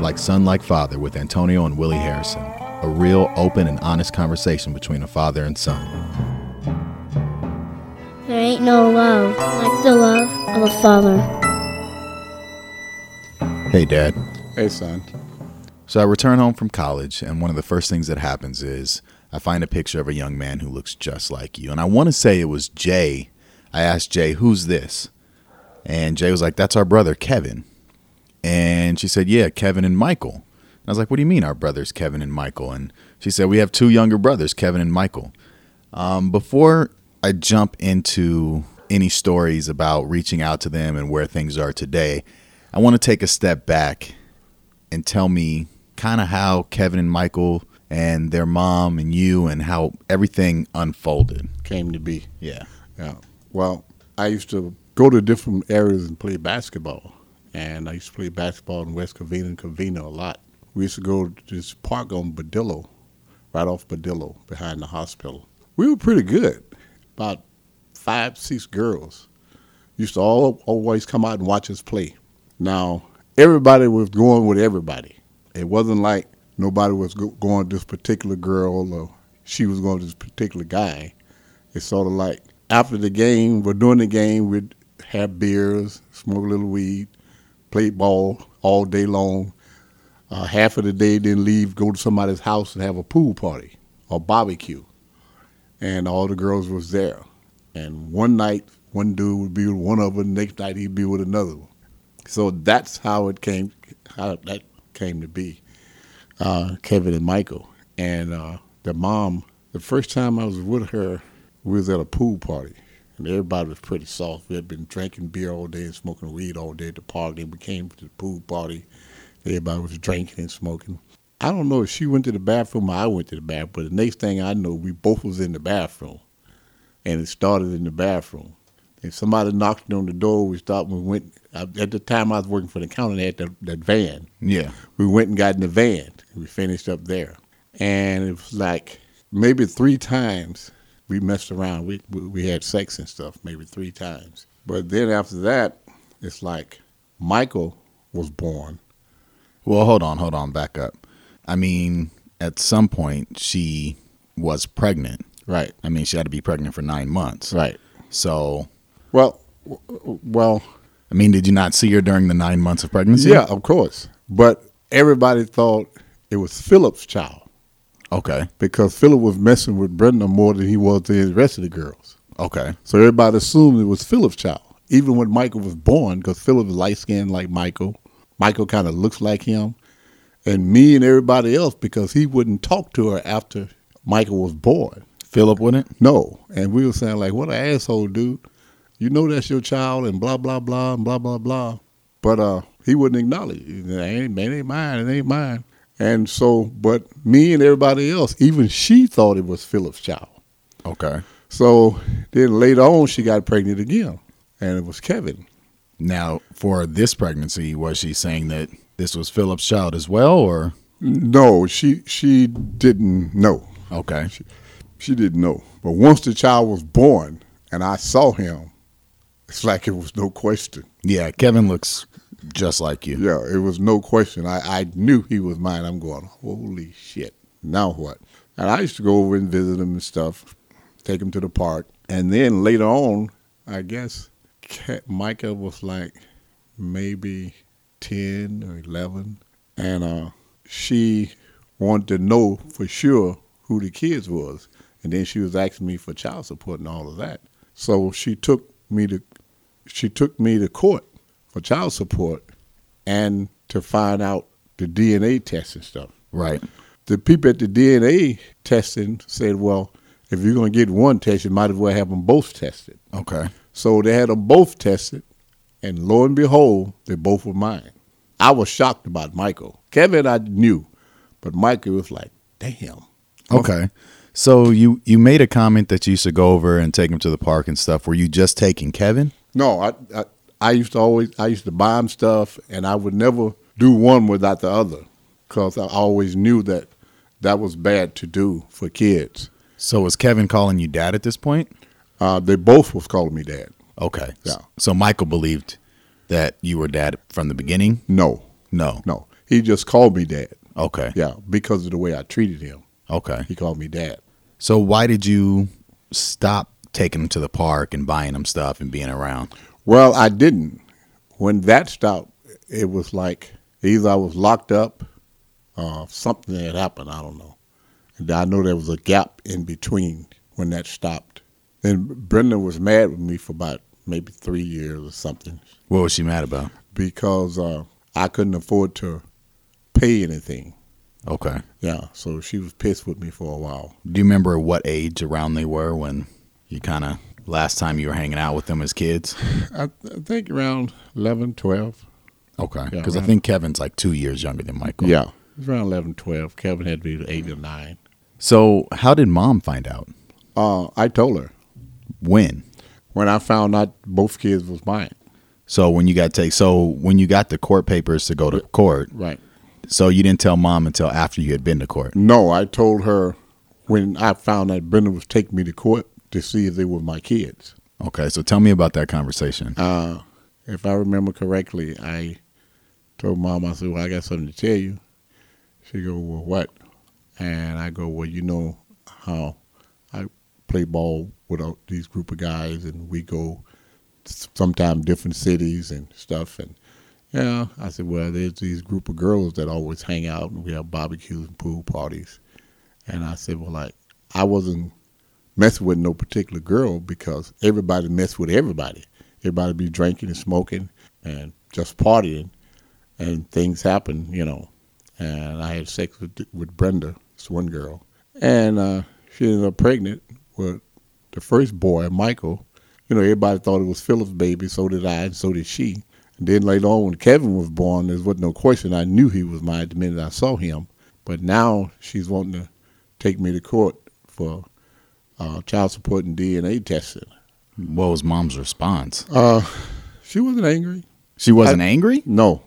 like Son Like Father with Antonio and Willie Harrison, a real open and honest conversation between a father and son. There ain't no love like the love of a father. Hey, Dad. Hey, son. So I return home from college, and one of the first things that happens is I find a picture of a young man who looks just like you. And I want to say it was Jay. I asked Jay, Who's this? And Jay was like, That's our brother, Kevin. And she said, Yeah, Kevin and Michael. And I was like, What do you mean our brothers, Kevin and Michael? And she said, We have two younger brothers, Kevin and Michael. Um, before I jump into any stories about reaching out to them and where things are today, I want to take a step back and tell me kind of how Kevin and Michael and their mom and you and how everything unfolded. Came to be. Yeah. Yeah. Well, I used to go to different areas and play basketball. And I used to play basketball in West Covina and Covina a lot. We used to go to this park on Badillo, right off Badillo, behind the hospital. We were pretty good. About five, six girls used to all always come out and watch us play. Now, everybody was going with everybody. It wasn't like nobody was go- going to this particular girl or she was going to this particular guy. It's sort of like after the game, we're doing the game, we'd have beers, smoke a little weed, play ball all day long. Uh, half of the day, then leave, go to somebody's house and have a pool party or barbecue. And all the girls was there. And one night, one dude would be with one of them, next night he'd be with another one. So that's how it came, how that came to be. Uh, Kevin and Michael and uh, the mom. The first time I was with her, we was at a pool party, and everybody was pretty soft. We had been drinking beer all day and smoking weed all day at the park. Then we came to the pool party. Everybody was drinking and smoking. I don't know if she went to the bathroom or I went to the bathroom, but the next thing I know, we both was in the bathroom, and it started in the bathroom. If somebody knocked on the door, we stopped and we went. At the time, I was working for the county. They had that, that van. Yeah. We went and got in the van. We finished up there. And it was like maybe three times we messed around. We, we- we had sex and stuff, maybe three times. But then after that, it's like Michael was born. Well, hold on, hold on, back up. I mean, at some point, she was pregnant. Right. I mean, she had to be pregnant for nine months. Right. So, Well, w- w- well, I mean, did you not see her during the nine months of pregnancy? yeah, of course. But everybody thought it was Philip's child Okay. because Philip was messing with Brenda more than he was to the rest of the girls. Okay. So everybody assumed it was Philip's child, even when Michael was born, because Philip is light skinned like Michael. Michael kind of looks like him. And me and everybody else, because he wouldn't talk to her after Michael was born. Philip wouldn't? No. And we were saying, like, what an asshole, dude. You know that's your child, and blah, blah, blah, and blah, blah, blah. But uh, he wouldn't acknowledge it. He said, It ain't, it ain't mine. It ain't mine. And so, but me and everybody else, even she thought it was Philip's child. Okay. So then later on, she got pregnant again, and it was Kevin. Now, for this pregnancy, was she saying that this was Philip's child as well, or? No, she she didn't know. Okay. She didn't know. But once the child was born, and I saw him, it's like it was no question. Yeah, Kevin looks just like you. Yeah, it was no question. I, I knew he was mine. I'm going, holy shit. Now what? And I used to go over and visit him and stuff, take him to the park. And then later on, I guess Ke- Micah was like maybe 10 or 11. And uh, she wanted to know for sure who the kids was. And then she was asking me for child support and all of that. So she took me to she took me to court for child support and to find out the DNA test and stuff. Right. The people at the DNA testing said, well, if you're going to get one test, you might as well have them both tested. Okay. So they had them both tested, and lo and behold, they both were mine. I was shocked about Michael. Kevin, I knew, but Michael was like, damn. Okay. So you you made a comment that you used to go over and take him to the park and stuff. Were you just taking Kevin? No, I, I, I used to always, I used to buy him stuff, and I would never do one without the other because I always knew that that was bad to do for kids. So was Kevin calling you dad at this point? Uh, they both was calling me dad. Okay. Yeah. So Michael believed that you were dad from the beginning? No, No. no. He just called me dad. Okay. Yeah, because of the way I treated him, Okay. he called me dad. So why did you stop taking him to the park and buying him stuff and being around? Well, I didn't. When that stopped, it was like either I was locked up or something had happened. I don't know. And I know there was a gap in between when that stopped. And Brenda was mad with me for about maybe three years or something What was she mad about? because uh, I couldn't afford to pay anything. Okay. Yeah, so she was pissed with me for a while. Do you remember what age around they were when you kind of last time you were hanging out with them as kids? I, I think around 11, 12. Okay. Yeah, Because I right. think Kevin's like two years younger than Michael. Yeah. It was around 11, 12. Kevin had to be eight or nine. So how did mom find out? Uh, I told her. When? when I found out both kids was mine. So when you got take so when you got the court papers to go to court, Right. so you didn't tell mom until after you had been to court. No, I told her when I found that Brenda was taking me to court to see if they were my kids. Okay, so tell me about that conversation. Mm. Uh, if I remember correctly, I told mom, I said, well, I got something to tell you. She go, well, what? And I go, well, you know how I play ball with all these group of guys and we go sometimes different cities and stuff. And yeah, I said, well, there's these group of girls that always hang out and we have barbecues and pool parties. And I said, well, like, I wasn't messing with no particular girl because everybody messed with everybody. Everybody be drinking and smoking and just partying, and things happen, you know. And I had sex with with Brenda, this one girl, and uh, she ended up pregnant with the first boy, Michael. You know, everybody thought it was Philip's baby, so did I, and so did she. And then later on, when Kevin was born, there was no question. I knew he was mine the minute I saw him. But now she's wanting to take me to court for uh, child support and DNA testing. What was mom's response? Uh, she wasn't angry. She wasn't angry? No.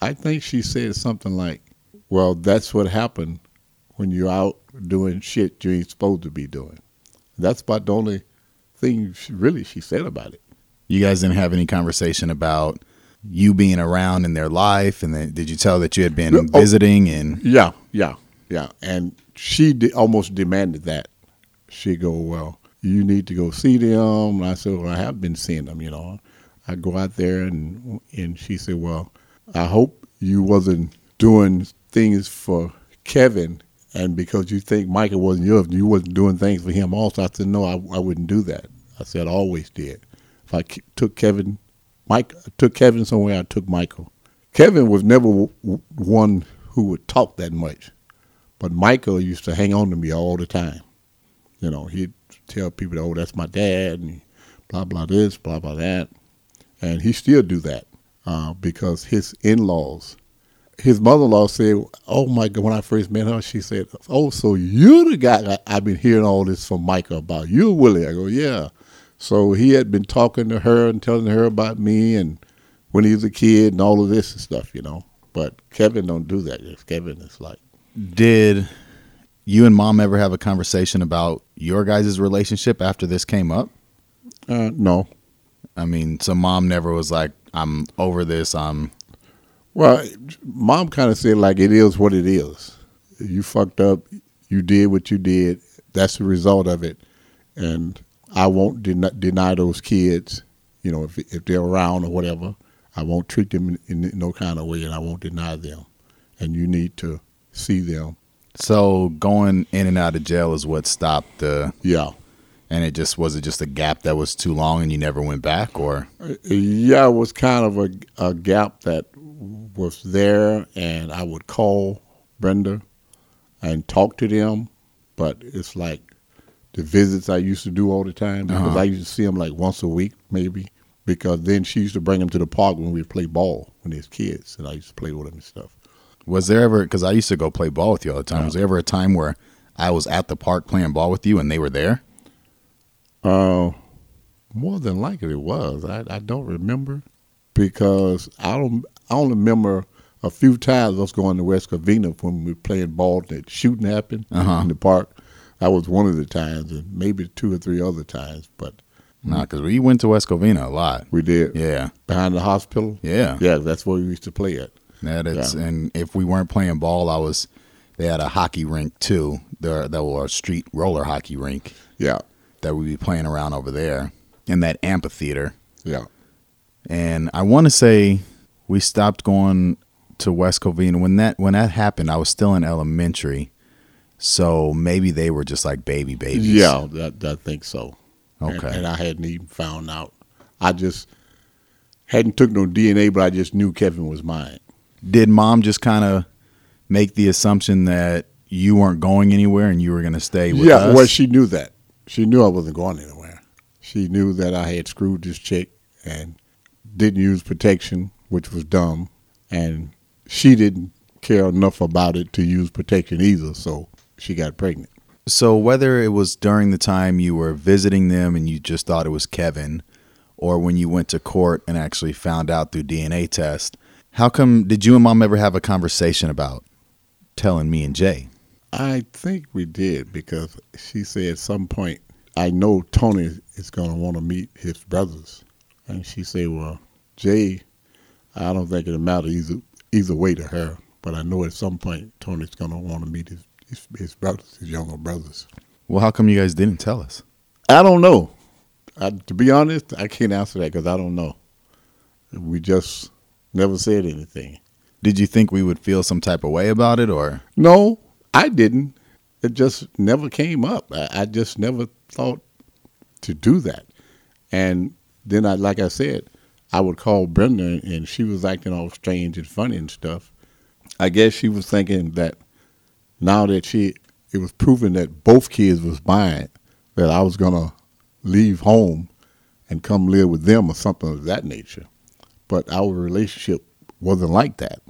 I think she said something like, Well, that's what happened when you're out doing shit you ain't supposed to be doing. That's about the only thing she, really she said about it. You guys didn't have any conversation about you being around in their life and then did you tell that you had been Oh. visiting and Yeah, yeah, yeah. And she de- almost demanded that. She go, well, you need to go see them. And I said, well, I have been seeing them, you know. I go out there and and she said, well, I hope you wasn't doing things for Kevin. And because you think Michael wasn't yours, you wasn't doing things for him also. I said, no, I, I wouldn't do that. I said, I always did. If I ke- took Kevin, Mike I took Kevin somewhere, I took Michael. Kevin was never w- w- one who would talk that much, but Michael used to hang on to me all the time. You know, he'd tell people, "Oh, that's my dad," and blah blah this, blah blah that, and he still do that uh, because his in-laws, his mother-in-law said, "Oh my God!" When I first met her, she said, "Oh, so you're the guy that I've been hearing all this from Michael about. You're Willie." I go, "Yeah." So he had been talking to her and telling her about me and when he was a kid and all of this and stuff, you know. But Kevin don't do that. Yes, Kevin is like, did you and mom ever have a conversation about your guys' relationship after this came up? uh, no. I mean, so mom never was like, I'm over this, I'm Well, mom kind of said like, it is what it is. You fucked up. You did what you did. That's the result of it. And I won't deny, deny those kids, you know, if if they're around or whatever. I won't treat them in, in no kind of way, and I won't deny them. And you need to see them. so going in and out of jail is what stopped the Yeah. and it just was it just a gap that was too long and you never went back or Yeah, it was kind of a, a gap that was there, and I would call Brenda and talk to them, but it's like the visits I used to do all the time because Uh-huh. I used to see them like once a week, maybe. Because then she used to bring them to the park when we would play ball when they was kids, and I used to play with them and stuff. Was there ever because I used to go play ball with you all the time? Was there ever a time where I was at the park playing ball with you and they were there? Uh, more than likely it was. I, I don't remember because I don't. I only remember a few times us going to West Covina when we were playing ball that shooting happened Uh-huh. in the park. That was one of the times, and maybe two or three other times, but No, because we went to West Covina a lot. we did Yeah, behind the hospital. yeah. Uh-huh. Yeah, that's where we used to play at. That is, Yeah. and if we weren't playing ball, I was. They had a hockey rink too. There, there were a street roller hockey rink Yeah, that we'd be playing around over there in that amphitheater. yeah. And I want to say we stopped going to West Covina when that when that happened. I was still in elementary, so maybe they were just like baby babies. Yeah, that, I think so. And- Okay. And, I hadn't even found out. I just hadn't took no DNA, but I just knew Kevin was mine. Did mom just kind of make the assumption that you weren't going anywhere and you were going to stay with yeah, us? well, she knew that. She knew I wasn't going anywhere. She knew that I had screwed this chick and didn't use protection, which was dumb. And she didn't care enough about it to use protection either, so she got pregnant. So whether it was during the time you were visiting them and you just thought it was Kevin, or when you went to court and actually found out through DNA test, how come did you and mom ever have a conversation about telling me and Jay? I think we did because she said at some point, I know Tony is going to want to meet his brothers. And she said, Well, Jay, I don't think it'll matter either, either way to her, but I know at some point Tony's going to want to meet his, his, his brothers, his younger brothers. Well, how come you guys didn't tell us? I don't know. I, to be honest, I can't answer that because I don't know. We just never said anything. Did you think we would feel some type of way about it or No, I didn't. It just never came up. I, I just never thought to do that. And then I, like I said, I would call Brenda, and she was acting all strange and funny and stuff. I guess she was thinking that now that she, it was proven that both kids was mine, that I was gonna leave home and come live with them or something of that nature. But our relationship wasn't like that,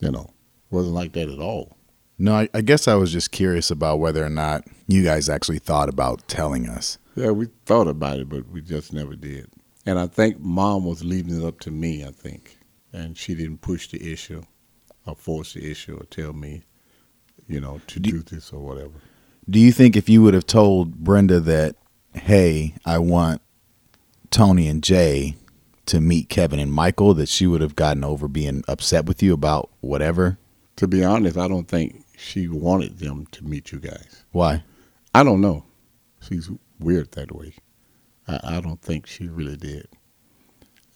you know, wasn't like that at all. No, I, I guess I was just curious about whether or not you guys actually thought about telling us. Yeah, we thought about it, but we just never did. And I think mom was leaving it up to me, I think. And she didn't push the issue or force the issue or tell me, you know, to Do- do this or whatever. Do you think if you would have told Brenda that, hey, I want Tony and Jay to meet Kevin and Michael, that she would have gotten over being upset with you about whatever? To be honest, I don't think she wanted them to meet you guys. Why? I don't know. She's weird that way. I, I don't think she really did.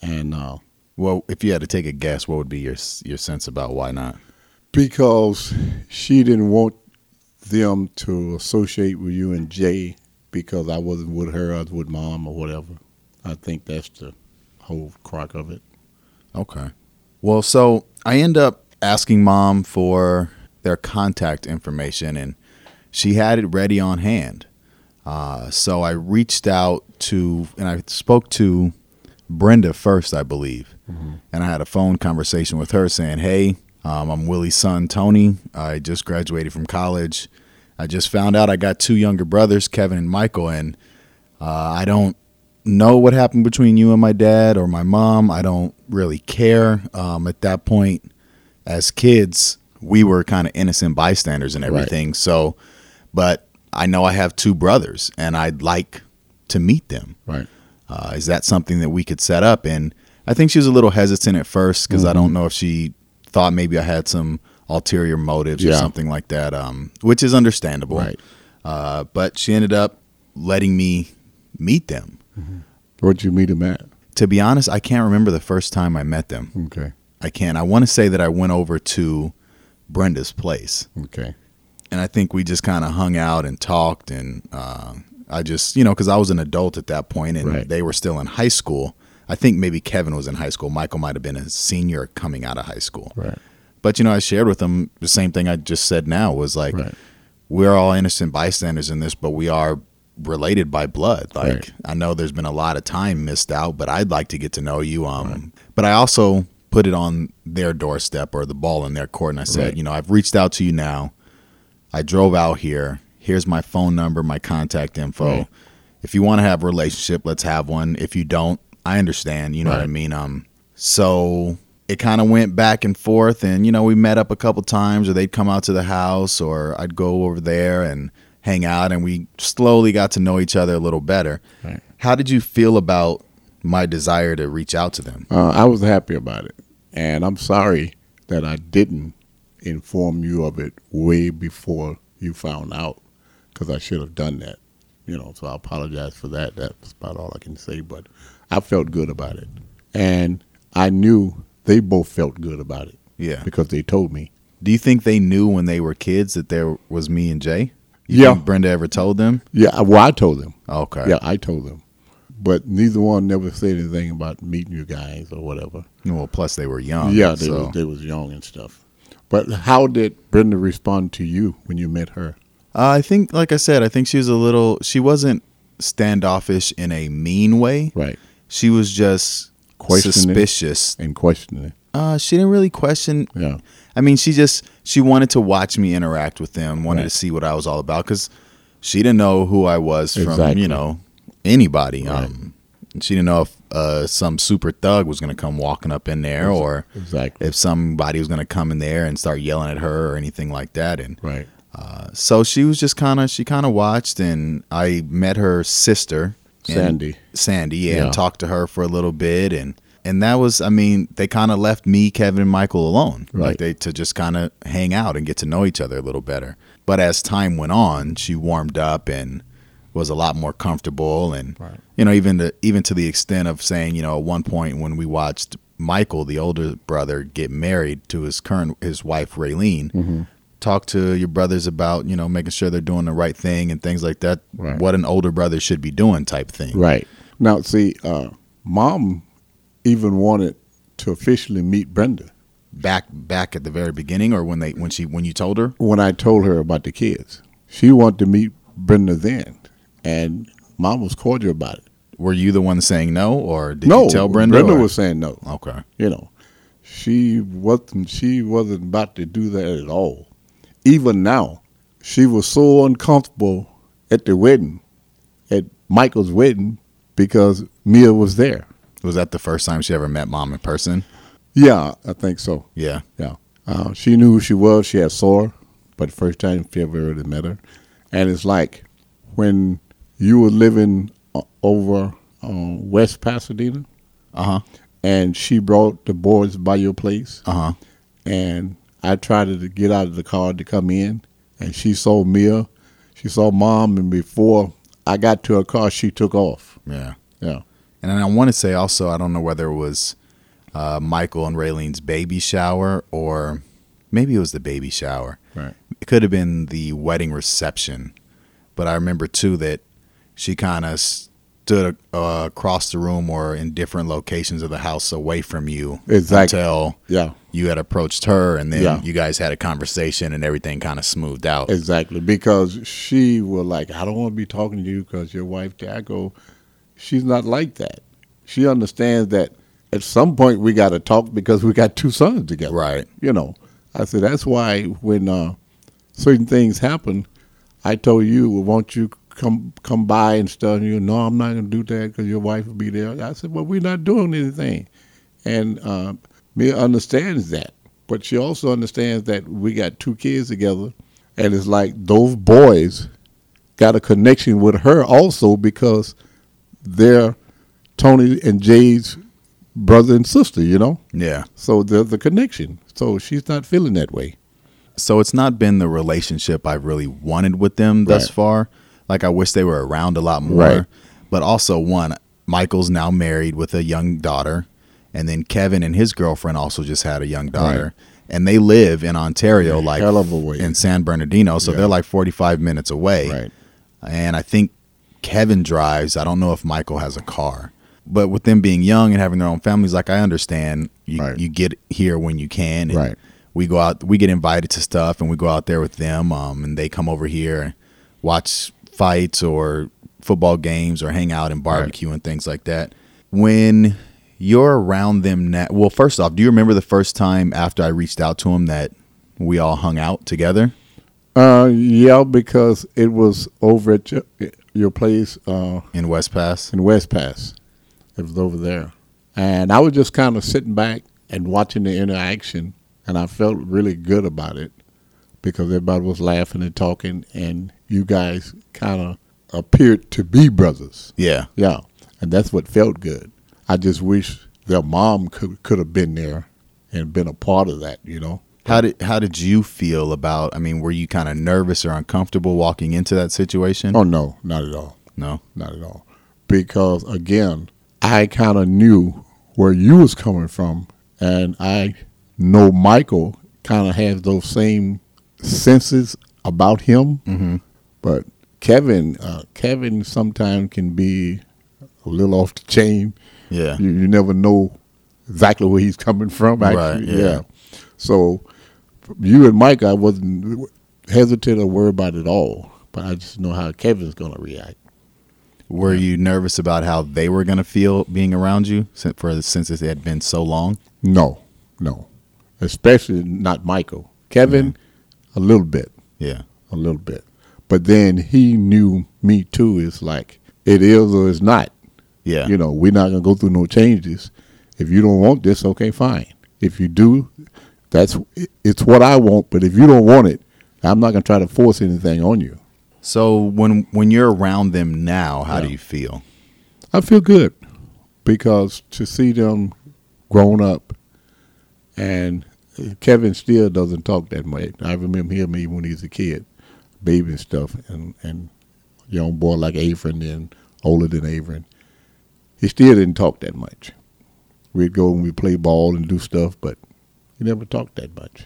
And uh, Well, if you had to take a guess, what would be your s- your sense about why not? because she didn't want them to associate with you and Jay because I wasn't with her, I was with mom or whatever. I think that's the whole crock of it. Okay. Well, so I end up asking mom for their contact information, and she had it ready on hand. Uh, so I reached out to, and I spoke to Brenda first, I believe. And I had a phone conversation with her saying, Hey, um, I'm Willie's son, Tony. I just graduated from college. I just found out I got two younger brothers, Kevin and Michael, and uh, I don't know what happened between you and my dad or my mom. I don't really care. Um, at that point, as kids, we were kind of innocent bystanders and everything. So, but I know I have two brothers and I'd like to meet them. Right. Uh, is that something that we could set up? And I think she was a little hesitant at first because I Mm-hmm. don't know if she thought maybe I had some ulterior motives or Yeah. something like that, um, which is understandable. Right. Uh, but she ended up letting me meet them. Where'd you meet him at? To be honest, I can't remember the first time I met them. Okay. I can't. I want to say that I went over to Brenda's place Okay. and I think we just kind of hung out and talked, and uh, I just you know because I was an adult at that point, and Right. they were still in high school. I think maybe Kevin was in high school. Michael might have been a senior coming out of high school. Right. But you know, I shared with them the same thing I just said now was like, Right. we're all innocent bystanders in this, but we are related by blood. Like Right. I know there's been a lot of time missed out, but I'd like to get to know you. Um, but I also put it on their doorstep or the ball in their court, and I said, Right. you know, I've reached out to you now. I drove out here. Here's my phone number, my contact info. Right. If you want to have a relationship, let's have one. If you don't, I understand. You know what I Right. mean? Um, so it kind of went back and forth, and you know, we met up a couple times, or they'd come out to the house, or I'd go over there and hang out, and we slowly got to know each other a little better. Right. How did you feel about my desire to reach out to them? Uh, I was happy about it, and I'm sorry that I didn't inform you of it way before you found out because I should have done that. You know, so I apologize for that. That's about all I can say, but I felt good about it. And I knew they both felt good about it Yeah. because they told me. Do you think they knew when they were kids that there was me and Jay? You Yeah. think Brenda ever told them? Yeah, I- well, I told them. Okay. Yeah, I told them. But neither one never said anything about meeting you guys or whatever. Well, plus they were young. yeah, they, so- was, they was young and stuff. But how did Brenda respond to you when you met her? Uh, I think, like I said, I think she was a little. She wasn't standoffish in a mean way. Right. She was just Questioning. suspicious. And questioning. Uh, she didn't really question. Yeah. I mean, she just she wanted to watch me interact with them, wanted Right. to see what I was all about because she didn't know who I was from, Exactly. you know, anybody. Right. Um, she didn't know if uh, some super thug was going to come walking up in there or Exactly. if somebody was going to come in there and start yelling at her or anything like that. And Right. so she was just kind of she kind of watched and i met her sister and- Sandy. sandy yeah, Yeah. and talked to her for a little bit and and that was i mean they kind of left me kevin and michael alone Right. like they to just kind of hang out and get to know each other a little better but as time went on she warmed up and was a lot more comfortable and Right. you know even to even to the extent of saying you know at one point when we watched michael the older brother get married to his current his wife raylene Mm-hmm. talk to your brothers about you know making sure they're doing the right thing and things like that Right. what an older brother should be doing type thing Right. Now, see, uh, mom even wanted to officially meet Brenda back back at the very beginning or when they when she when you told her when I told her about the kids. She wanted to meet Brenda then, and mom was cordial about it. were you the one saying no or did no, you tell brenda Brenda or- was saying no. okay You know, she wasn't. She wasn't about to do that at all. Even now, she was so uncomfortable at the wedding, at Michael's wedding, because Mia was there. was that the first time she ever met mom in person Yeah, I think so. yeah Yeah. Uh, she knew who she was. She had saw her, but first time she ever really met her. And it's like when you were living o- over on West Pasadena uh-huh and she brought the boys by your place. uh-huh And I tried to get out of the car to come in. And she saw Mia. She saw mom. And before I got to her car, she took off. yeah Yeah. And I want to say also, I don't know whether it was uh, Michael and Raylene's baby shower or maybe it was the baby shower. Right. It could have been the wedding reception. But I remember too that she kind of stood uh, across the room or in different locations of the house away from you Exactly. until Yeah. you had approached her and then Yeah. you guys had a conversation and everything kind of smoothed out. Exactly, because she was like, I don't want to be talking to you because your wife there. I go, she's not like that. She understands that at some point we got to talk because we got two sons together. Right. You know, I said, that's why when uh, certain things happen, I told you, well, won't you come come by and stuff? And you, no, I'm not going to do that because your wife will be there. I said, well, we're not doing anything. And uh, Mia understands that. But she also understands that we got two kids together. And it's like those boys got a connection with her also because they're Tony and Jay's brother and sister, you know? Yeah. So there's a connection. So she's not feeling that way. so it's not been the relationship I've really wanted with them thus Right. far. Like I wish they were around a lot more. Right. But also one, Michael's now married with a young daughter, and then Kevin and his girlfriend also just had a young daughter. And they live in Ontario, like hell of a way. in San Bernardino, so they're like forty-five minutes away. And I think Kevin drives. I don't know if Michael has a car. But with them being young and having their own families, like I understand, you, Right. you get here when you can. and Right. We go out. We get invited to stuff, and we go out there with them. Um, and they come over here and watch fights or football games or hang out and barbecue and things like that. When you're around them now, well, first off, do you remember the first time after I reached out to them that we all hung out together? Uh, yeah, because it was over at your, your place uh, in West Pass. in West Pass. It was over there. And I was just kind of sitting back and watching the interaction, and I felt really good about it because everybody was laughing and talking, and you guys kind of appeared to be brothers. Yeah, Yeah, and that's what felt good. I just wish their mom could could have been there and been a part of that, you know. How did how did you feel about? I mean, were you kind of nervous or uncomfortable walking into that situation? Oh no, not at all. No. Not at all. Because again, I kind of knew where you was coming from and I know Michael kind of has those same senses about him. Mm-hmm. But Kevin, uh, Kevin sometimes can be a little off the chain. Yeah. You, you never know exactly where he's coming from. Actually, Right, yeah. yeah. So you and Mike, I wasn't hesitant or worried about it at all. But I just know how Kevin's going to react. Were you nervous about how they were going to feel being around you sin- for since it had been so long? No, no, especially not Michael. Kevin, Mm-hmm. a little bit, Yeah. a little bit. But then he knew me too. It's like it is or it's not. Yeah. You know, we're not gonna go through no changes. If you don't want this, okay, fine. If you do, that's it's what I want. But if you don't want it, I'm not gonna try to force anything on you. So when when you're around them now, how do you feel? I feel good because to see them grown up and Kevin still doesn't talk that much. I remember him even when he was a kid, baby and stuff, and, and young boy like Avren and older than Avren. He still didn't talk that much. We'd go and we'd play ball and do stuff, but he never talked that much.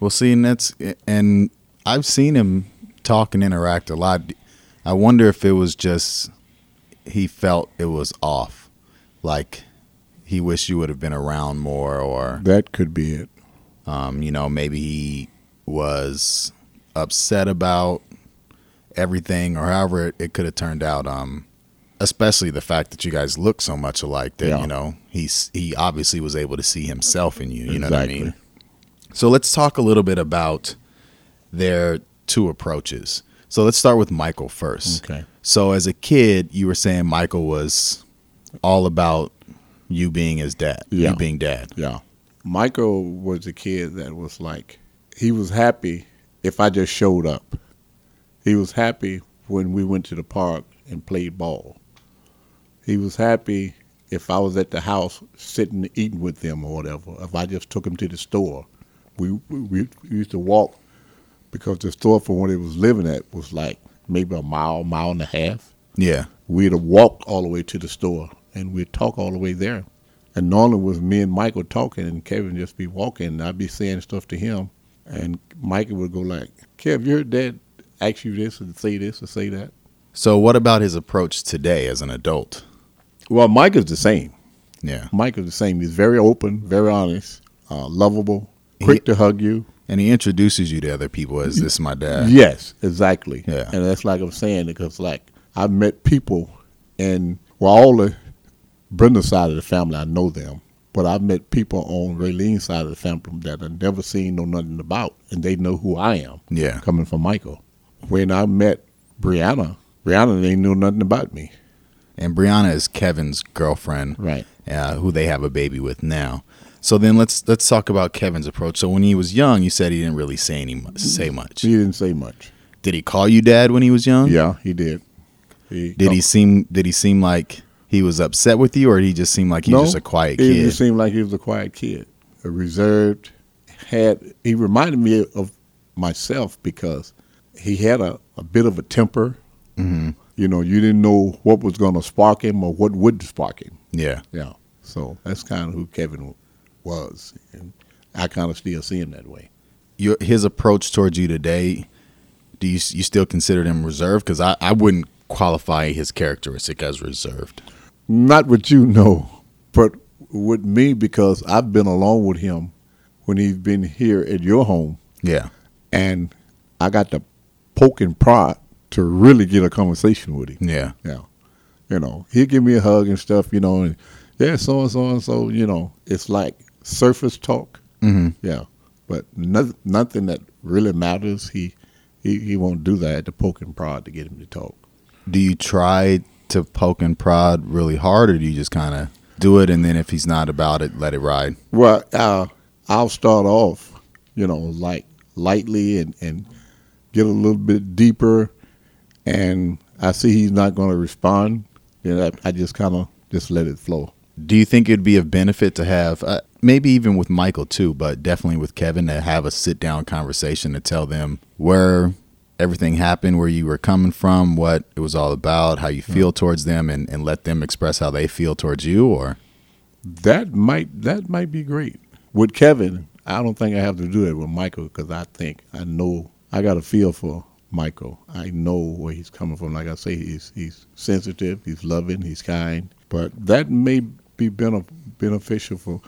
Well, see, and that's and I've seen him talk and interact a lot. I wonder if it was just he felt it was off, like he wished you would have been around more, or That could be it. um, you know, maybe he was upset about everything, or however it, it could have turned out. Um, especially the fact that you guys look so much alike that Yeah. you know he's he obviously was able to see himself in you. You know what I exactly. mean? So let's talk a little bit about their two approaches. So let's start with Michael first. Okay. So as a kid, you were saying Michael was all about you being his dad, Yeah. you being dad. Yeah. Michael was a kid that was like, he was happy if I just showed up. He was happy when we went to the park and played ball. He was happy if I was at the house sitting eating with them or whatever. If I just took him to the store, we we, we used to walk because the store from where he was living at was like maybe a mile, mile and a half Yeah. we'd have walked all the way to the store and we'd talk all the way there. And normally was me and Michael talking and Kevin just be walking and I'd be saying stuff to him and Michael would go like, Kev, your dad asked you this and say this and say that. So what about his approach today as an adult? Well, Mike is the same. Yeah. Mike is the same. He's very open, very honest, uh, lovable, quick to hug you. And he introduces you to other people as this is my Uh, dad. Yes, exactly. Yeah. And that's like I'm saying because like I've met people and well all the Brenda's side of the family I know them. But I've met people on Raylene's side of the family that I've never seen know nothing about and they know who I am. Yeah. Coming from Michael. When I met Brianna, Brianna they knew nothing about me. And Brianna is Kevin's girlfriend. Right. uh, who they have a baby with now. So then let's let's talk about Kevin's approach. So when he was young, you said he didn't really say any mu- say much. He didn't say much. Did he call you dad when he was young? Yeah, he did. He Did he seem Did he seem like he was upset with you, or did he just seem like he was just a quiet he kid? just seemed like he was a quiet kid, a reserved. Had he reminded me of myself because he had a, a bit of a temper. Mm-hmm. mm You know, you didn't know what was going to spark him or what would spark him. yeah. Yeah, so that's kind of who Kevin was, and I kind of still see him that way. Your his approach towards you today. Do you you still consider him reserved? Because I I wouldn't qualify his characteristic as reserved. Not what you know, but with me because I've been along with him when he's been here at your home. Yeah. and I got to poke and prod to really get a conversation with him. Yeah. Yeah, you know, he'd give me a hug and stuff, you know, and yeah, so and so and so, you know, it's like surface talk. Mm-hmm. Yeah, but nothing, nothing that really matters. He, he, he won't do that to poke and prod to get him to talk. Do you try to poke and prod really hard, or do you just kind of do it, and then if he's not about it, let it ride? Well, uh, I'll start off, you know, like lightly and, and get a little bit deeper. And I see he's not going to respond. Then I, I just kind of just let it flow. Do you think it'd be of benefit to have? Uh, maybe even with Michael too, but definitely with Kevin to have a sit down conversation to tell them where everything happened, where you were coming from, what it was all about, how you feel towards them, and, and let them express how they feel towards you. Or That might that might be great with Kevin. I don't think I have to do that with Michael because I think I know I got a feel for Michael. I know where he's coming from. Like I say, he's he's sensitive, he's loving, he's kind. But that may be benef- beneficial for.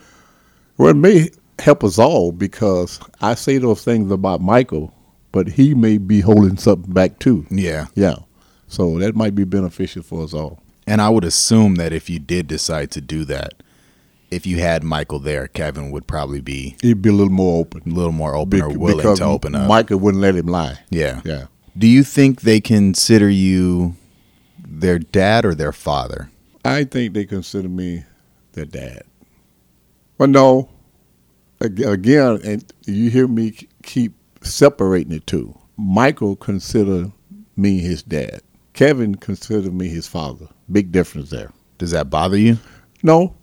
Well, it may help us all because I say those things about Michael, but he may be holding something back too. yeah, Yeah, so that might be beneficial for us all. and I would assume that if you did decide to do that, if you had Michael there, Kevin would probably be He'd be a little more open. a little more open or Bec- willing because to open up. Michael wouldn't let him lie. yeah. Yeah. Do you think they consider you their dad or their father? I think they consider me their dad. But no, ag- again, and you hear me k- keep separating the two. Michael considered me his dad. Kevin considered me his father. Big difference there. Does that bother you? No,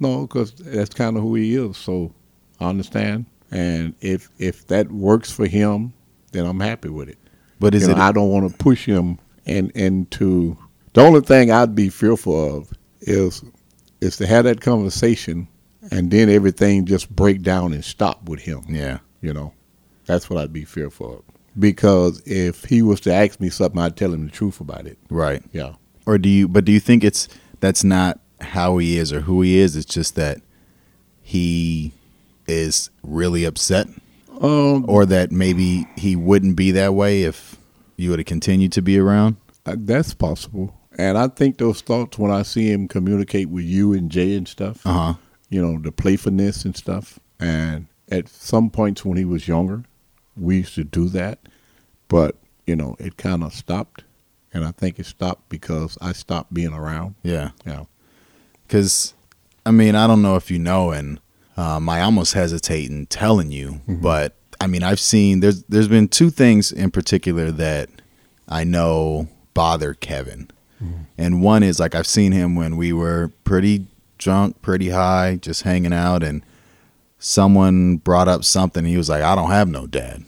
no, because that's kind of who he is. So I understand. And if if that works for him, then I'm happy with it. But is you know, it I don't want to push him and into the only thing I'd be fearful of is is to have that conversation and then everything just break down and stop with him. Yeah. You know, that's what I'd be fearful of. Because if he was to ask me something, I'd tell him the truth about it. Right. Yeah. Or do you but do you think it's that's not how he is or who he is, it's just that he is really upset Um, or that maybe he wouldn't be that way if you would have continued to be around? Uh, That's possible. And I think those thoughts when I see him communicate with you and Jay and stuff, Uh-huh. you know, the playfulness and stuff. And at some points when he was younger, we used to do that. But, you know, it kind of stopped. And I think it stopped because I stopped being around. Yeah. Yeah. Cuz I mean, I don't know if you know and um, I almost hesitate in telling you, but I mean, I've seen there's there's been two things in particular that I know bother Kevin. And one is like I've seen him when we were pretty drunk, pretty high, just hanging out, and someone brought up something. He was like, "I don't have no dad."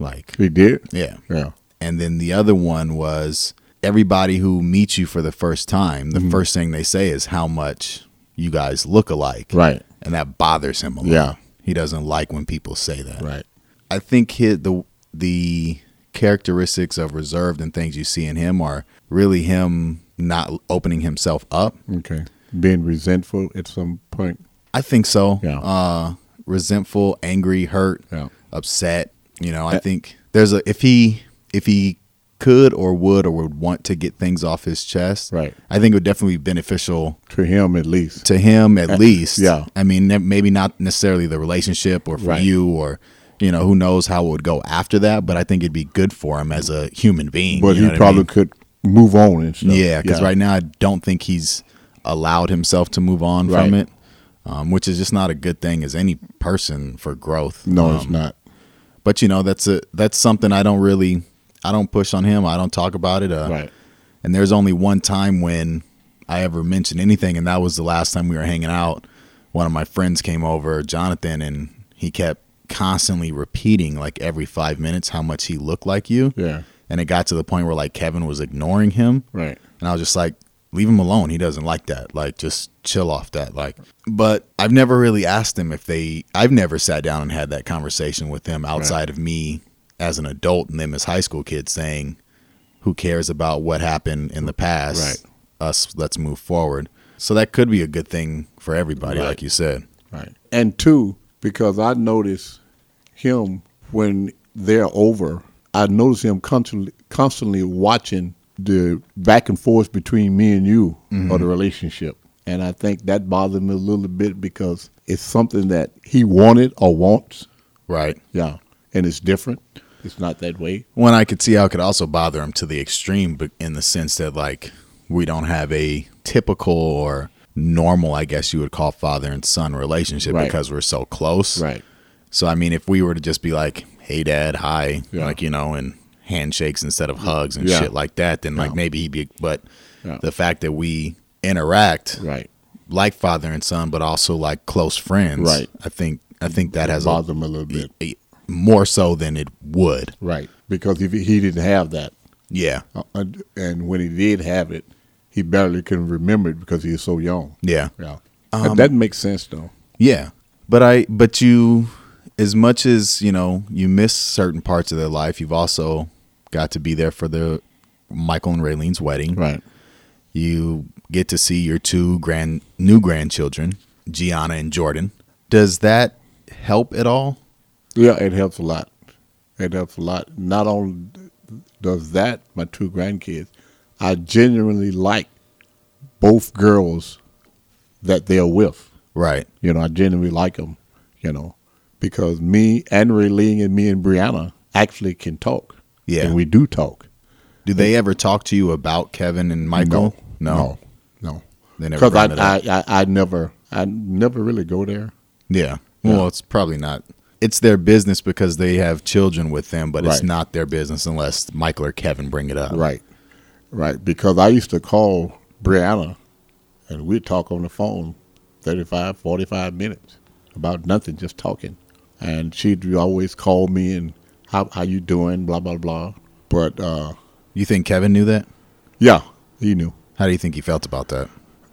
Like, He did? yeah. Yeah. And then the other one was everybody who meets you for the first time. Mm-hmm. The first thing they say is how much you guys look alike, Right. And that bothers him a lot. Yeah. he doesn't like when people say that. Right. I think hi the the characteristics of reserved and things you see in him are really him not opening himself up. Okay. Being resentful at some point. I think so. Yeah. Uh, resentful, angry, hurt, Yeah. Uh, upset. You know, I think there's a if he if he could or would or would want to get things off his chest. Right. I think it would definitely be beneficial To him, at least. to him at least. Uh, yeah. I mean, ne- maybe not necessarily the relationship or for Right. you or you know who knows how it would go after that, but I think it'd be good for him as a human being. But you know he what I probably mean? could move on and stuff. Yeah, because right now I don't think he's allowed himself to move on from Right. it, um, which is just not a good thing as any person for growth. No, Um, it's not. But you know, that's a that's something I don't really I don't push on him. I don't talk about it. Uh, Right. And there's only one time when I ever mentioned anything, and that was the last time we were hanging out. One of my friends came over, Jonathan, and he kept constantly repeating like every five minutes how much he looked like you. Yeah. And it got to the point where like Kevin was ignoring him. Right. And I was just like, leave him alone. He doesn't like that. Like, just chill off that. Like, but I've never really asked them if they, I've never sat down and had that conversation with them outside of me as an adult and them as high school kids saying, who cares about what happened in the past? Us, let's move forward. So that could be a good thing for everybody, Right. like you said. Right. And two, because I notice him when they're over, I notice him constantly, constantly watching the back and forth between me and you or the relationship. And I think that bothered me a little bit because it's something that he wanted or wants. Right. Yeah. And it's different. It's not that way. One I could see how it could also bother him to the extreme, but in the sense that like we don't have a typical or normal, I guess you would call father and son relationship Right. because we're so close. Right. So I mean, if we were to just be like, "Hey, Dad, hi," Yeah. like you know, and handshakes instead of hugs and Yeah. shit like that, then like maybe he'd be. But Yeah. the fact that we interact Right. like father and son, but also like close friends. Right. I think I think that has bother them a little a, bit. a- more so than it would. Right. Because if he he didn't have that, Yeah. uh, uh, and when he did have it, he barely can remember it because he was so young. Yeah. Um, Yeah. that, that makes sense though. Yeah. But I but you as much as, you know, you miss certain parts of their life, you've also got to be there for the Michael and Raylene's wedding. Right. You get to see your two grand new grandchildren, Gianna and Jordan. Does that help at all? Yeah, it helps a lot. It helps a lot. Not only does that, my two grandkids, I genuinely like both girls that they're with. Right. You know, I genuinely like them, you know, because me and Raylene and me and Brianna actually can talk. Yeah. And we do talk. Do they ever talk to you about Kevin and Michael? No. No. They never Because I, brought it up. I, I, I never, I never really go there. Yeah. Well, it's probably not. It's their business because they have children with them, but it's Right. not their business unless Michael or Kevin bring it up. Right, right. Because I used to call Brianna and we'd talk on the phone 35, 45 minutes about nothing, just talking. And she'd always call me and how how you doing, blah, blah, blah. But uh, You think Kevin knew that? yeah, he knew. How do you think he felt about that?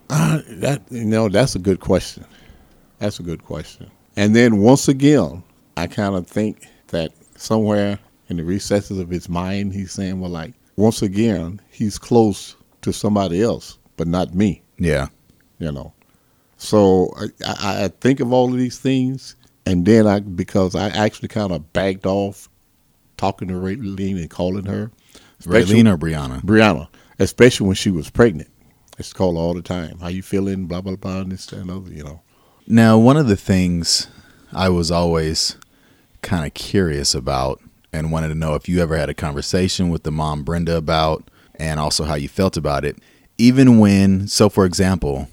Uh, that you know, that's a good question. That's a good question. And then once again, I kind of think that somewhere in the recesses of his mind, he's saying, "Well, like once again, he's close to somebody else, but not me." Yeah. You know. So I, I, I think of all of these things, and then I because I actually kind of backed off talking to Raylene and calling her, especially- Raylene or Brianna? Brianna, especially when she was pregnant. It's called all the time. How you feeling? Blah blah blah. And this and other. You know. Now, one of the things I was always kind of curious about and wanted to know if you ever had a conversation with the mom, Brenda, about, and also how you felt about it. Even when, so for example,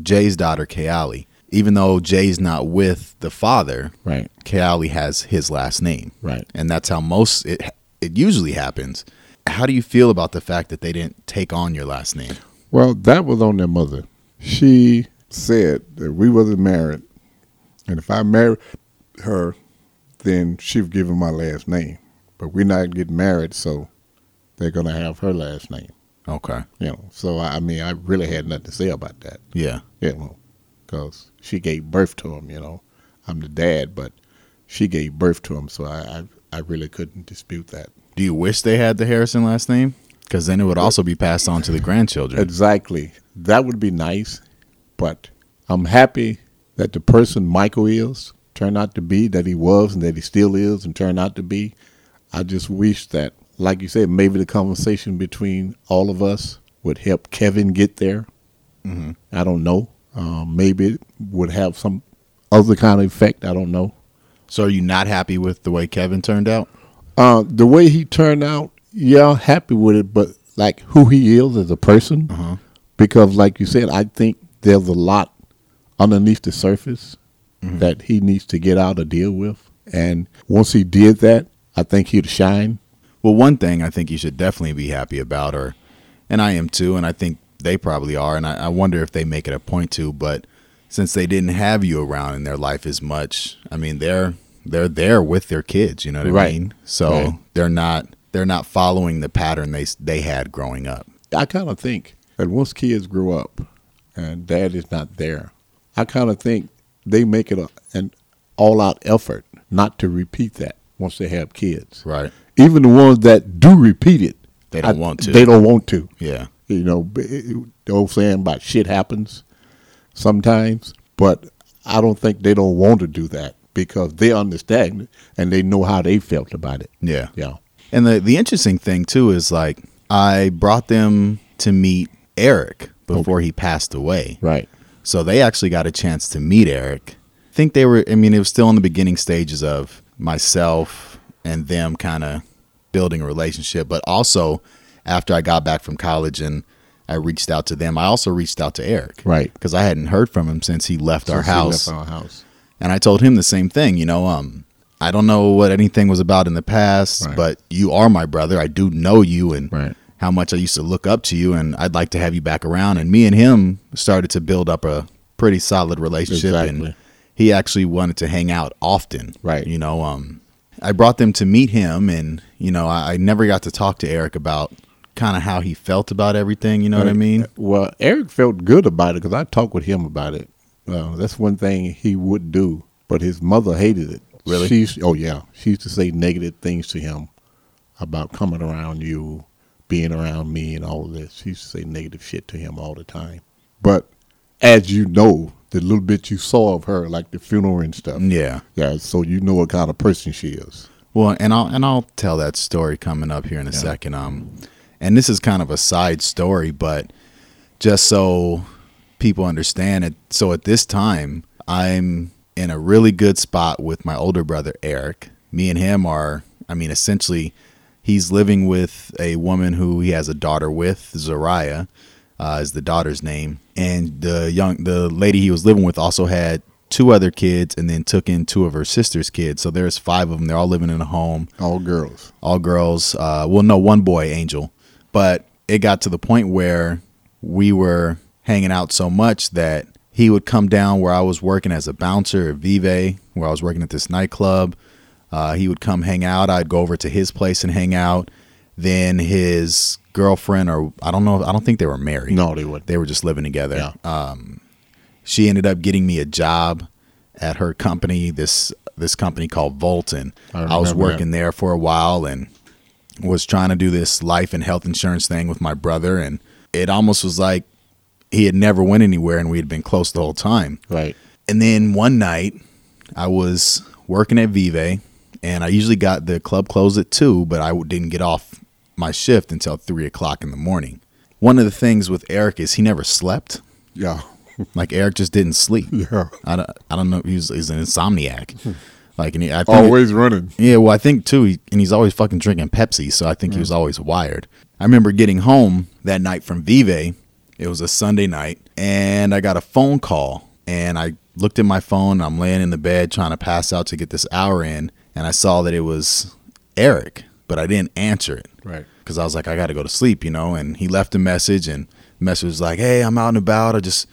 Jay's daughter, Kayali, even though Jay's not with the father, Right. Kayali has his last name. Right. And that's how most it it usually happens. How do you feel about the fact that they didn't take on your last name? Well, that was on their mother. She said that we wasn't married, and if I married her, then she'd give him my last name. But we're not getting married, so they're gonna have her last name. Okay. You know. So I, I mean, I really had nothing to say about that. Yeah. you know, because she gave birth to him. You know, I'm the dad, but she gave birth to him, so I I, I really couldn't dispute that. Do you wish they had the Harrison last name? Because then it would also be passed on to the grandchildren. Exactly, that would be nice, but I'm happy that the person Michael is turned out to be that he was and that he still is and turned out to be. I just wish that, like you said, maybe the conversation between all of us would help Kevin get there. I don't know. Uh, maybe it would have some other kind of effect. I don't know. So are you not happy with the way Kevin turned out? Uh, the way he turned out, yeah, I'm happy with it, but like who he is as a person, because like you said, I think there's a lot underneath the surface that he needs to get out or deal with, and once he did that, I think he'd shine. Well, one thing I think you should definitely be happy about, or and I am too, and I think they probably are, and I, I wonder if they make it a point to. But since they didn't have you around in their life as much, I mean, they're they're there with their kids. You know what I Right. mean? So Right. they're not they're not following the pattern they s- they had growing up. I kind of think that once kids grow up and dad is not there, I kind of think they make it a, an all-out effort not to repeat that once they have kids. Right. even the ones that do repeat it, They don't want to. They don't want to. Yeah. You know, b- it- the old saying about shit happens sometimes, but I don't think they don't want to do that because they understand it and they know how they felt about it. Yeah. Yeah. And the the interesting thing too is like I brought them to meet Eric before he passed away. Right. So they actually got a chance to meet Eric. I think they were, I mean, it was still in the beginning stages of myself and them kind of building a relationship. But also, after I got back from college and I reached out to them, I also reached out to Eric. Right. Because I hadn't heard from him since he left our Since he house. left our house. And I told him the same thing, you know, um, I don't know what anything was about in the past, Right. but you are my brother. I do know you and Right. how much I used to look up to you and I'd like to have you back around. And me and him started to build up a pretty solid relationship, and Exactly. he actually wanted to hang out often. Right. You know, um, I brought them to meet him, and you know, I, I never got to talk to Eric about kind of how he felt about everything. You know what I mean? Well, Eric felt good about it because I talked with him about it. Uh, that's one thing he would do, but his mother hated it. Really? She used, oh yeah, she used to say negative things to him about coming around you, being around me, and all of this. She used to say negative shit to him all the time. But as you know, the little bit you saw of her, like the funeral and stuff, Yeah. yeah. So you know what kind of person she is. Well, and I'll and I'll tell that story coming up here in a second. Um, and this is kind of a side story, but just so people understand it. So at this time, I'm in a really good spot with my older brother Eric. Me and him are, I mean, essentially, he's living with a woman who he has a daughter with, Zariah, uh, is the daughter's name, and the young the lady he was living with also had two other kids, and then took in two of her sister's kids. So there's five of them. They're all living in a home All girls. all girls. Uh, well, no, one boy, Angel. But it got to the point where we were hanging out so much that he would come down where I was working as a bouncer at Vive, where I was working at this nightclub. Uh, he would come hang out. I'd go over to his place and hang out. Then his girlfriend, or I don't know, I don't think they were married. No, they wouldn't. They were just living together. Yeah. She ended up getting me a job at her company, this this company called Volton. I I, was remember that. working there for a while and was trying to do this life and health insurance thing with my brother and it almost was like he had never went anywhere and we had been close the whole time. right. And then one night, I was working at Vive, and I usually got the club closed at two, but I didn't get off my shift until three o'clock in the morning. One of the things with Eric is he never slept. Yeah. Like Eric just didn't sleep. Yeah. I don't, I don't know. He was, he's an insomniac. Like and he, I think Always running. yeah, well, I think too, he, and he's always fucking drinking Pepsi, so I think he was always wired. I remember getting home that night from Vive. It was a Sunday night, and I got a phone call, and I looked at my phone. And I'm laying in the bed trying to pass out to get this hour in, and I saw that it was Eric, but I didn't answer it Right. because I was like, I got to go to sleep, you know. And he left a message, and the message was like, Hey, I'm out and about. I just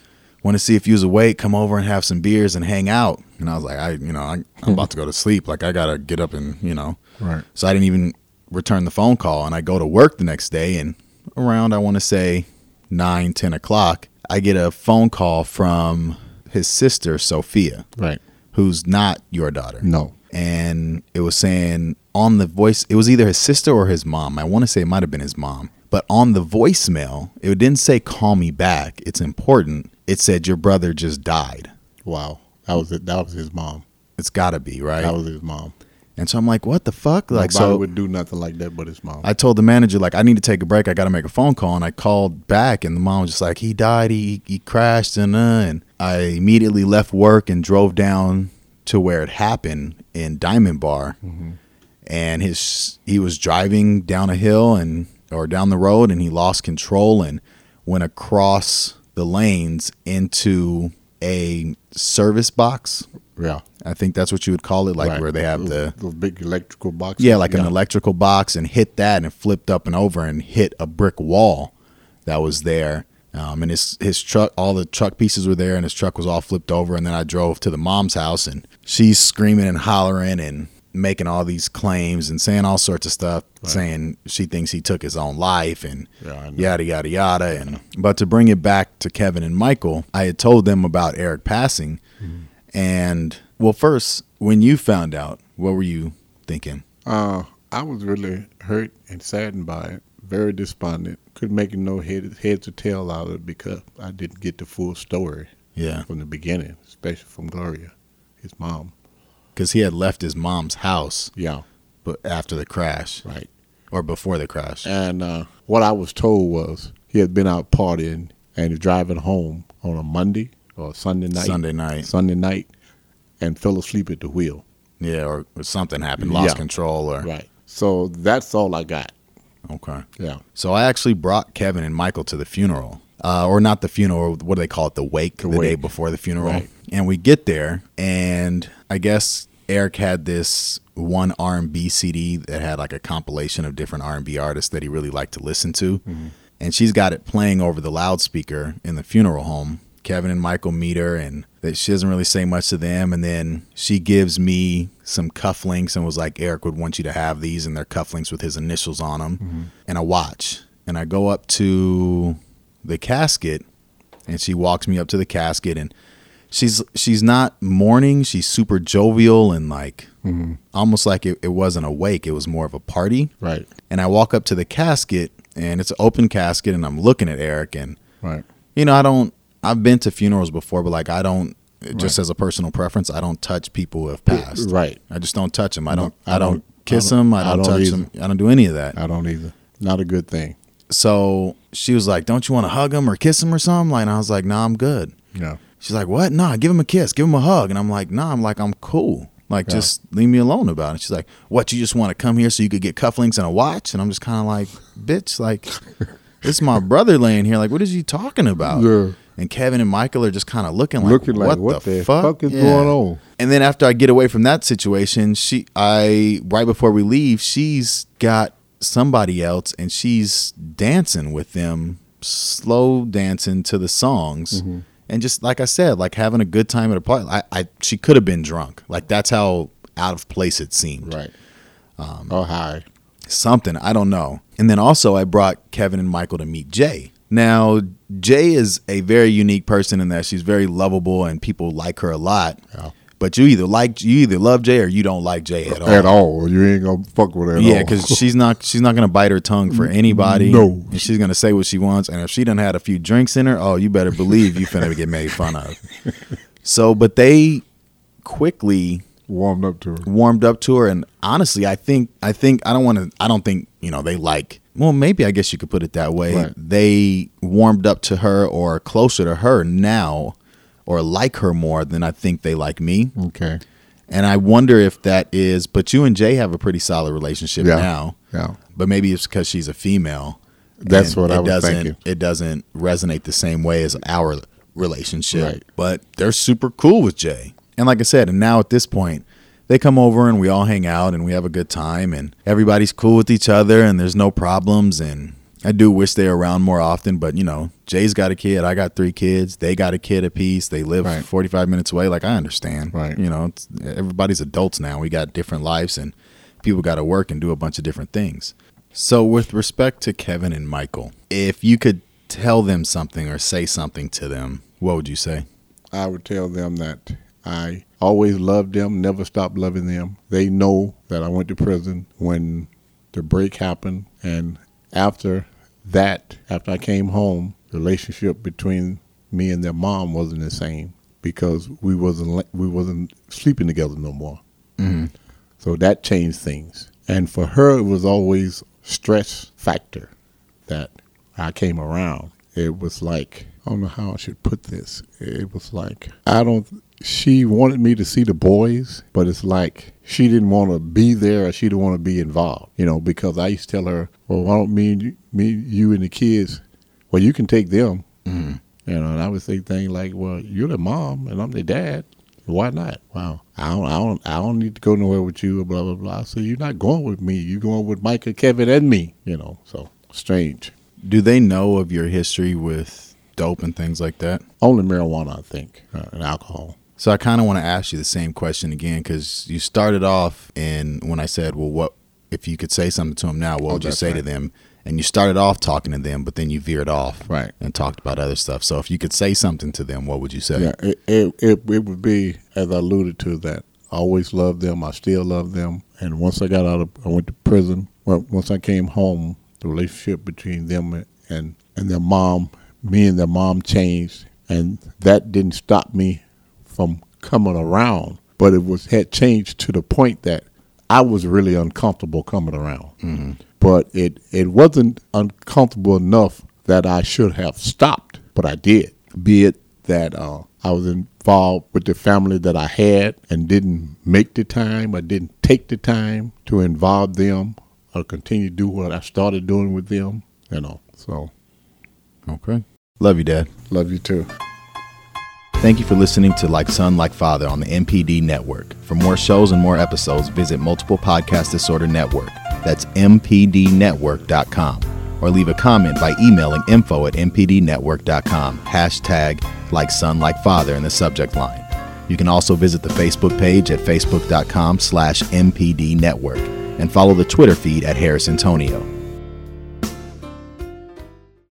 want to see if you was awake. Come over and have some beers and hang out. And I was like, I, you know, I, I'm about to go to sleep. Like I gotta get up and, you know. Right. So I didn't even return the phone call, and I go to work the next day, and around I want to say nine, ten o'clock, I get a phone call from his sister Sophia, Right. who's not your daughter No. and it was saying on the voice it was either his sister or his mom i want to say it might have been his mom but on the voicemail it didn't say call me back it's important it said your brother just died Wow. That was it. That was his mom. it's gotta be right That was his mom. and so i'm like what the fuck like Nobody so would do nothing like that but his mom. i told the manager like i need to take a break i gotta make a phone call and i called back and the mom was just like he died he, he crashed and uh, and i immediately left work and drove down to where it happened in diamond bar and his he was driving down a hill and or down the road and he lost control and went across the lanes into a service box. yeah. I think that's what you would call it, like Right. where they have the those, those big electrical boxes. yeah, like an electrical box, and hit that, and it flipped up and over, and hit a brick wall that was there. Um, and his his truck, all the truck pieces were there, and his truck was all flipped over. And then I drove to the mom's house, and she's screaming and hollering and making all these claims and saying all sorts of stuff, saying she thinks he took his own life and Yeah, I know. yada yada yada. And but to bring it back to Kevin and Michael, I had told them about Eric passing, Mm-hmm. and well, first when you found out, what were you thinking? Uh, I was really hurt and saddened by it. Very despondent. Couldn't make no head heads or tail out of it because I didn't get the full story Yeah, from the beginning, especially from Gloria, his mom. because he had left his mom's house, Yeah. but after the crash Right. or before the crash. And uh, what I was told was he had been out partying and he's driving home on a Monday or Sunday night. Sunday night. Sunday night, and fell asleep at the wheel. Yeah, or, or something happened, lost Yeah. control, or Right. So that's all I got. okay. Yeah. So I actually brought Kevin and Michael to the funeral, uh, or not the funeral. What do they call it? The wake, the, day wake. before the funeral. Right. And we get there, and I guess Eric had this one R and B CD that had like a compilation of different R and B artists that he really liked to listen to, and she's got it playing over the loudspeaker in the funeral home. Kevin and Michael meet her, and that she doesn't really say much to them. And then she gives me some cufflinks and was like, Eric would want you to have these, and they're cufflinks with his initials on them, and a watch. And I go up to the casket, and she walks me up to the casket, and she's she's not mourning. She's super jovial and like almost like it, it wasn't a wake. It was more of a party Mm-hmm. Right. and I walk up to the casket and it's an open casket and I'm looking at Eric and Right. you know I don't I've been to funerals before but like I don't just as a personal preference I don't touch people who have passed. Right. I just don't touch them. I don't I I don't, don't- kiss I don't- them. I I don't, don't touch either. them. I don't do any of that. I don't either. Not a good thing. So she was like, "Don't you want to hug him or kiss him or something?" Like and I was like, "Nah, I'm good." No. She's like, "What? Nah, give him a kiss, give him a hug." And I'm like, "Nah, I'm like I'm cool. Like Yeah. just leave me alone about it." She's like, "What? You just want to come here so you could get cufflinks and a watch?" And I'm just kind of like, "Bitch, like this is my brother laying here. Like what is you talking about?" Yeah. And Kevin and Michael are just kind of looking like, Looking like, what the fuck is going on? And then after I get away from that situation, she, I, right before we leave, she's got somebody else and she's dancing with them, slow dancing to the songs. And just like I said, like having a good time at a party. I, I, she could have been drunk. Like that's how out of place it seemed. Right. oh, hi. Something, I don't know. And then also, I brought Kevin and Michael to meet Jay. Now, Jay is a very unique person in that she's very lovable and people like her a lot. Yeah. But you either like you either love Jay or you don't like Jay at all. At all. You ain't going to fuck with her at all. Yeah, because she's not she's not gonna bite her tongue for anybody. No. and she's gonna say what she wants. And if she done had a few drinks in her, oh, you better believe you finna get made fun of. So, but they quickly warmed up to her. warmed up to her and honestly i think i think i don't want to i don't think you know they like well maybe i guess you could put it that way Right. they warmed up to her or closer to her now or like her more than i think they like me Okay. and i wonder if that is but you and jay have a pretty solid relationship Yeah. now Yeah. but maybe it's because she's a female That's and what I it was doesn't, thinking. it doesn't resonate the same way as our relationship. Right. But they're super cool with Jay. And like I said, and now at this point, they come over and we all hang out and we have a good time and everybody's cool with each other and there's no problems and I do wish they're around more often, but you know, Jay's got a kid, I got three kids, they got a kid apiece, they live Right. 45 minutes away, like I understand. Right. You know, it's, everybody's adults now. We got different lives and people got to work and do a bunch of different things. So, with respect to Kevin and Michael, if you could tell them something or say something to them, what would you say? I would tell them that I always loved them, never stopped loving them. They know that I went to prison when the break happened. And after that, after I came home, the relationship between me and their mom wasn't the same because we wasn't li- we wasn't sleeping together no more. So that changed things. And for her, it was always stress factor that I came around. It was like, I don't know how I should put this. It was like, I don't, she wanted me to see the boys, but it's like she didn't want to be there or she didn't want to be involved, you know, because I used to tell her, well, why don't me and you, me, you and the kids, well, you can take them. You know, and I would say things like, "Well, you're the mom and I'm the dad. Why not? Wow, I don't, I don't, I don't need to go nowhere with you." Blah blah blah. So you're not going with me. You're going with Micah, Kevin, and me. You know, so strange. Do they know of your history with dope and things like that? Only marijuana, I think, uh, and alcohol. So, I kind of want to ask you the same question again because you started off in when I said, Well, what if you could say something to them now? What Oh, would you that's say to right. them? And you started off talking to them, but then you veered off Right. and talked about other stuff. So, if you could say something to them, what would you say? Yeah, it, it it it would be as I alluded to that. I always loved them. I still love them. And once I got out of, I went to prison. Well, once I came home, the relationship between them and and their mom, me and their mom changed, and that didn't stop me from coming around. But it was had changed to the point that I was really uncomfortable coming around. But it it wasn't uncomfortable enough that I should have stopped, but I did. Be it that uh, I was involved with the family that I had and didn't make the time, I didn't take the time to involve them or continue to do what I started doing with them. You know, so Okay. Love you, Dad. love you too. Thank you for listening to Like Son, Like Father on the MPD network. For more shows and more episodes, visit Multiple Podcast Disorder Network. That's MPDnetwork.com. or leave a comment by emailing info at mpdnetwork.com, hashtag like son like father in the subject line. You can also visit the Facebook page at facebook.com slash mpdnetwork and follow the Twitter feed at Harris Antonio.